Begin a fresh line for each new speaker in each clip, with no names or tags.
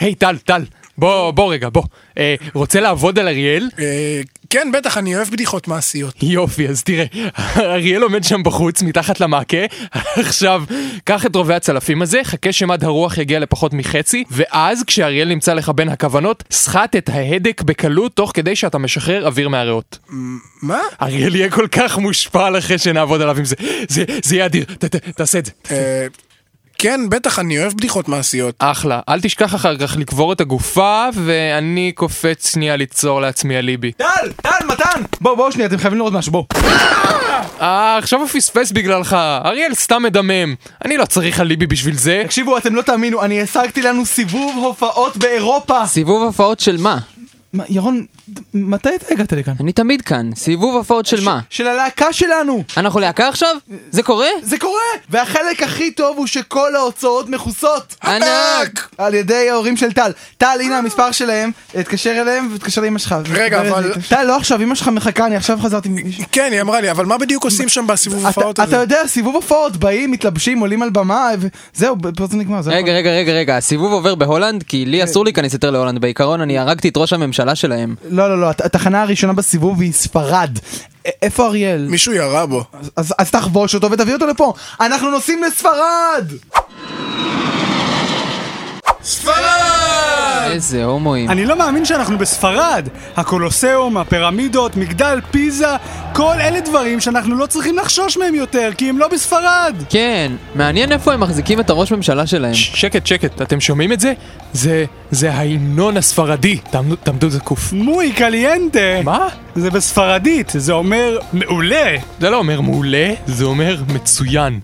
היי, טל, טל, בוא, בוא רגע, בוא. אה, רוצה לעבוד על אריאל?
אה, כן, בטח, אני אוהב בדיחות מעשיות.
יופי, אז תראה, אריאל עומד שם בחוץ, מתחת למעקה, עכשיו, קח את רובי הצלפים הזה, חכה שמד הרוח יגיע לפחות מחצי, ואז, כשאריאל נמצא לך בין הכוונות, סחט את ההדק בקלות, תוך כדי שאתה משחרר אוויר מהריאות.
מה?
אריאל יהיה כל כך מושפע אחרי שנעבוד עליו עם זה, זה, זה יהיה אדיר, ת, ת, תעשה את זה.
אה, כן, בטח, אני אוהב בדיחות מעשיות.
אחלה, אל תשכח אחר כך לקבור את הגופה, ואני קופץ שנייה ליצור לעצמי אליבי.
טל! טל! מתן! בואו, בואו שנייה, אתם חייבים לראות משהו, בואו.
אה, עכשיו הוא פספס בגללך, אריאל סתם מדמם. אני לא צריך אליבי בשביל זה.
תקשיבו, אתם לא תאמינו, אני השגתי לנו סיבוב הופעות באירופה!
סיבוב הופעות של מה?
מה, ירון, ד- מתי אתה הגעת לכאן?
אני תמיד כאן, סיבוב הופעות של מה?
של הלהקה שלנו!
אנחנו להקה עכשיו? זה קורה?
זה קורה! והחלק הכי טוב הוא שכל ההוצאות מכוסות!
ענק!
על ידי ההורים של טל. טל, הנה המספר שלהם, תתקשר אליהם ותתקשר לאמא שלך.
רגע, אבל-
טל, לא עכשיו, אמא שלך מחכה, אני עכשיו חזרתי מ...
כן, היא אמרה לי, אבל מה בדיוק עושים שם בסיבוב
אתה-
הופעות
אתה
הזה?
יודע, סיבוב הופעות, באים, מתלבשים, עולים על במה, וזהו, פה זה נגמר. זה הכל.
רגע, רגע, רגע, רגע, הסיבוב עובר בהולנד? כי
כן.
לי אסור להיכנס יותר להולנד, בעיקרון אני הרגתי את ראש הממשלה שלהם.
לא, לא, לא, הת- התחנה הראשונה בסיבוב היא ספרד. א- איפה אריאל?
מישהו ירה בו.
אז- אז, אז תחבוש אותו ותביא אותו לפה. אנחנו נוסעים לספרד!
איזה הומואים.
אני לא מאמין שאנחנו בספרד. הקולוסיאום, הפירמידות, מגדל פיזה, כל אלה דברים שאנחנו לא צריכים לחשוש מהם יותר, כי הם לא בספרד.
כן, מעניין איפה הם מחזיקים את הראש ממשלה שלהם.
ש- שקט, שקט, אתם שומעים את זה? זה, זה ההמנון הספרדי. תעמדו, תעמדו זקוף.
מוי קליינטה.
מה?
זה בספרדית, זה אומר מעולה.
זה לא אומר מעולה, זה אומר מצוין.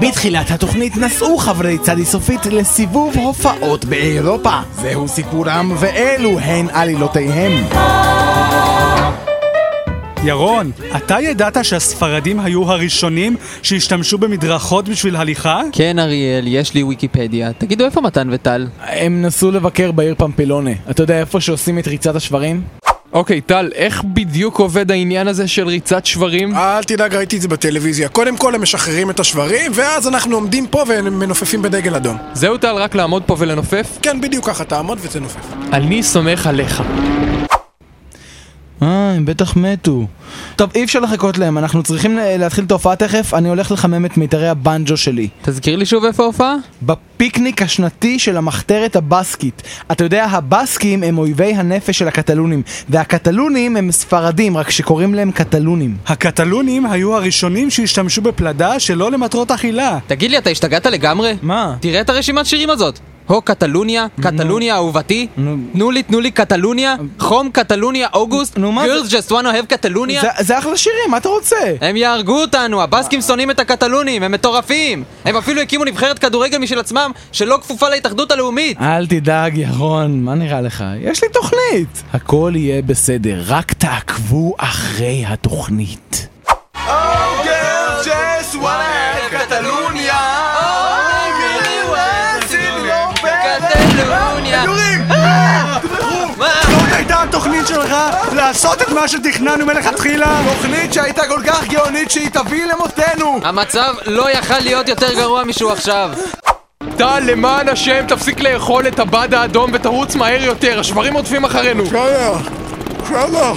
בתחילת התוכנית נסעו חברי צדי סופית לסיבוב הופעות באירופה. זהו סיפורם ואלו הן עלילותיהם.
ירון, אתה ידעת שהספרדים היו הראשונים שהשתמשו במדרכות בשביל הליכה?
כן, אריאל, יש לי ויקיפדיה. תגידו איפה מתן וטל?
הם נסעו לבקר בעיר פמפלונה. אתה יודע איפה שעושים את ריצת השברים?
אוקיי, טל, איך בדיוק עובד העניין הזה של ריצת שברים?
אל תדאג, ראיתי את זה בטלוויזיה. קודם כל הם משחררים את השברים, ואז אנחנו עומדים פה ומנופפים בדגל אדום.
זהו טל, רק לעמוד פה ולנופף?
כן, בדיוק ככה, תעמוד ותנופף.
אני סומך עליך.
אה, הם בטח מתו. טוב, אי אפשר לחכות להם, אנחנו צריכים ל- להתחיל את ההופעה תכף, אני הולך לחמם את מיתרי הבנג'ו שלי.
תזכיר לי שוב איפה ההופעה?
בפיקניק השנתי של המחתרת הבסקית. אתה יודע, הבסקים הם אויבי הנפש של הקטלונים, והקטלונים הם ספרדים, רק שקוראים להם קטלונים.
הקטלונים היו הראשונים שהשתמשו בפלדה שלא למטרות אכילה.
תגיד לי, אתה השתגעת לגמרי?
מה?
תראה את הרשימת שירים הזאת. הו קטלוניה, קטלוניה אהובתי, תנו לי תנו לי קטלוניה, חום קטלוניה אוגוסט,
נו, מה
girls just wanna have קטלוניה.
זה- זה אחלה שירים, מה אתה רוצה?
הם יהרגו אותנו, הבסקים שונאים את הקטלונים, הם מטורפים! הם אפילו הקימו נבחרת כדורגל משל עצמם, שלא כפופה להתאחדות הלאומית!
אל תדאג, ירון, מה נראה לך? יש לי תוכנית! הכל יהיה בסדר, רק תעקבו אחרי התוכנית.
קטלוניה! מה?
זאת הייתה התוכנית שלך לעשות את מה שתכננו מלכתחילה?
תוכנית שהייתה כל כך גאונית שהיא תביא למותנו!
המצב לא יכל להיות יותר גרוע משהוא עכשיו.
טל, למען השם, תפסיק לאכול את הבד האדום ותרוץ מהר יותר, השברים רודפים אחרינו.
בסדר, בסדר.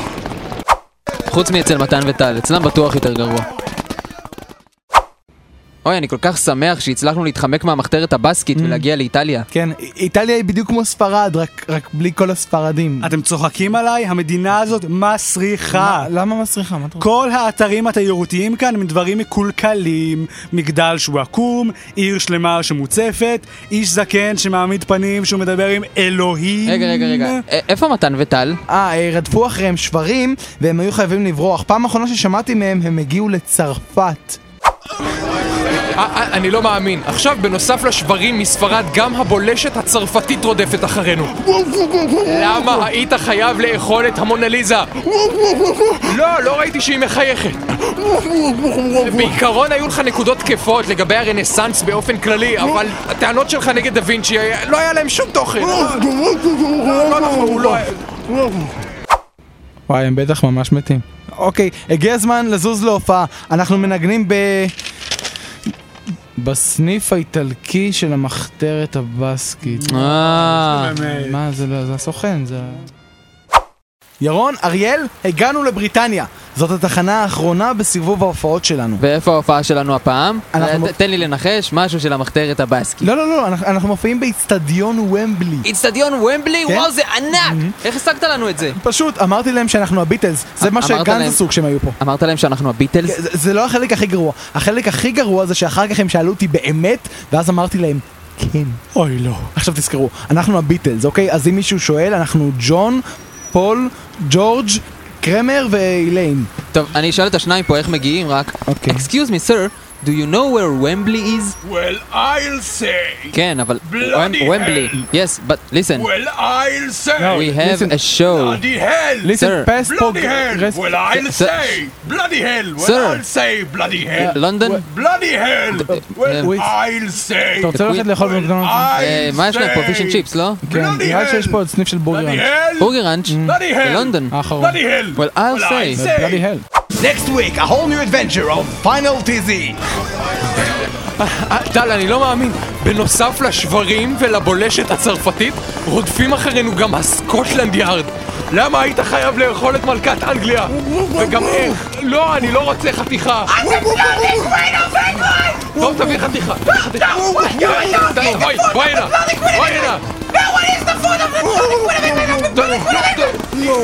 חוץ מאצל מתן וטל, אצלם בטוח יותר גרוע. אוי, אני כל כך שמח שהצלחנו להתחמק מהמחתרת הבסקית ולהגיע לאיטליה.
כן, א- איטליה היא בדיוק כמו ספרד, רק- רק בלי כל הספרדים.
אתם צוחקים עליי? המדינה הזאת מסריחה.
מה- למה מסריחה? מה אתה רוצה?
כל האתרים התיירותיים כאן הם דברים מקולקלים, מגדל שהוא עקום, עיר שלמה שמוצפת, איש זקן שמעמיד פנים שהוא מדבר עם אלוהים.
רגע, רגע, רגע, א- איפה מתן וטל?
אה, אה, רדפו אחריהם שברים, והם היו חייבים לברוח. פעם אחרונה ששמעתי מהם, הם הגיעו לצרפת.
אה, אני לא מאמין. עכשיו, בנוסף לשברים מספרד, גם הבולשת הצרפתית רודפת אחרינו. למה היית חייב לאכול את המונליזה? לא, לא ראיתי שהיא מחייכת. בעיקרון היו לך נקודות תקפות לגבי הרנסאנס באופן כללי, אבל הטענות שלך נגד דה וינצ'י, לא היה להם שום תוכן. לא נכון, הוא לא...
וואי, הם בטח ממש מתים. אוקיי, הגיע הזמן לזוז להופעה. אנחנו מנגנים ב... בסניף האיטלקי של המחתרת הבסקית.
אה,
מה, זה לא, זה הסוכן, זה... ירון, אריאל, הגענו לבריטניה. זאת התחנה האחרונה בסיבוב ההופעות שלנו.
ואיפה ההופעה שלנו הפעם?
אנחנו-
אה, ת- תן לי לנחש, משהו של המחתרת הבאסקי.
לא, לא, לא, אנחנו, אנחנו מופיעים באיצטדיון ומבלי.
איצטדיון ומבלי?
כן?
וואו, זה ענק! איך השגת לנו את זה?
פשוט אמרתי להם שאנחנו הביטלס, זה מה
אה, אמרת להם-
שגנז עשו כשהם היו פה.
אמרת להם שאנחנו הביטלס?
זה, זה לא החלק הכי גרוע. החלק הכי גרוע זה שאחר כך הם שאלו אותי באמת, ואז אמרתי להם, כן.
אוי לא.
עכשיו תזכרו, אנחנו הביטלס, אוקיי? אז אם מישהו שואל, אנחנו ג'ון, פול, ג'ורג', קרמר ואיליין.
טוב, אני אשאל את השניים פה איך מגיעים רק.
אוקיי.
Excuse me, sir, do you know where Wembley is?
Well, I'll say.
כן, אבל...
Bloody
Wem- Wembley. Yes, but listen,
Well, I'll say.
we have a show.
Bloody hell.
Sir,
פסט פה...
bloody hell.
רס-
Well, I'll
Sir.
say. Bloody hell. Well,
Sir.
I'll say. Bloody hell.
לונדון?
Bloody hell. Well,
wait.
I'll say.
אתה רוצה
We-
ללכת לאכול
Well,
במקדונלדס?
I'll
אה, מה יש להם פה? פיש אנד
say.
צ'יפס, לא?
כן,
bloody
נראה
hell.
שיש פה עוד סניף של
Bloody
בורגרנד.
hell.
בורגר ראנץ'
Bloody hell.
בלונדון.
האחרון.
Bloody hell.
Well, I'll
Well,
say.
I'll
But
Bloody
say.
hell.
Next week, a whole new adventure of Final TZ.
אה, טל, אני לא מאמין. בנוסף לשברים ולבולשת הצרפתית, רודפים אחרינו גם הסקוטלנד יארד. למה היית חייב לאכול את מלכת אנגליה? וגם איך? לא, אני לא רוצה חתיכה. טוב, תביא חתיכה. תביא חתיכה. די, בואי, בואי הנה. בואי הנה.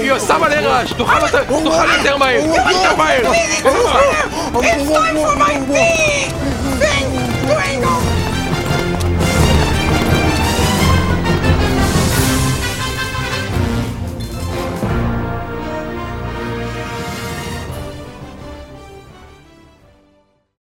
היא שמה לי רעש, תאכל אותה- תאכל יותר מהר. יותר מהר.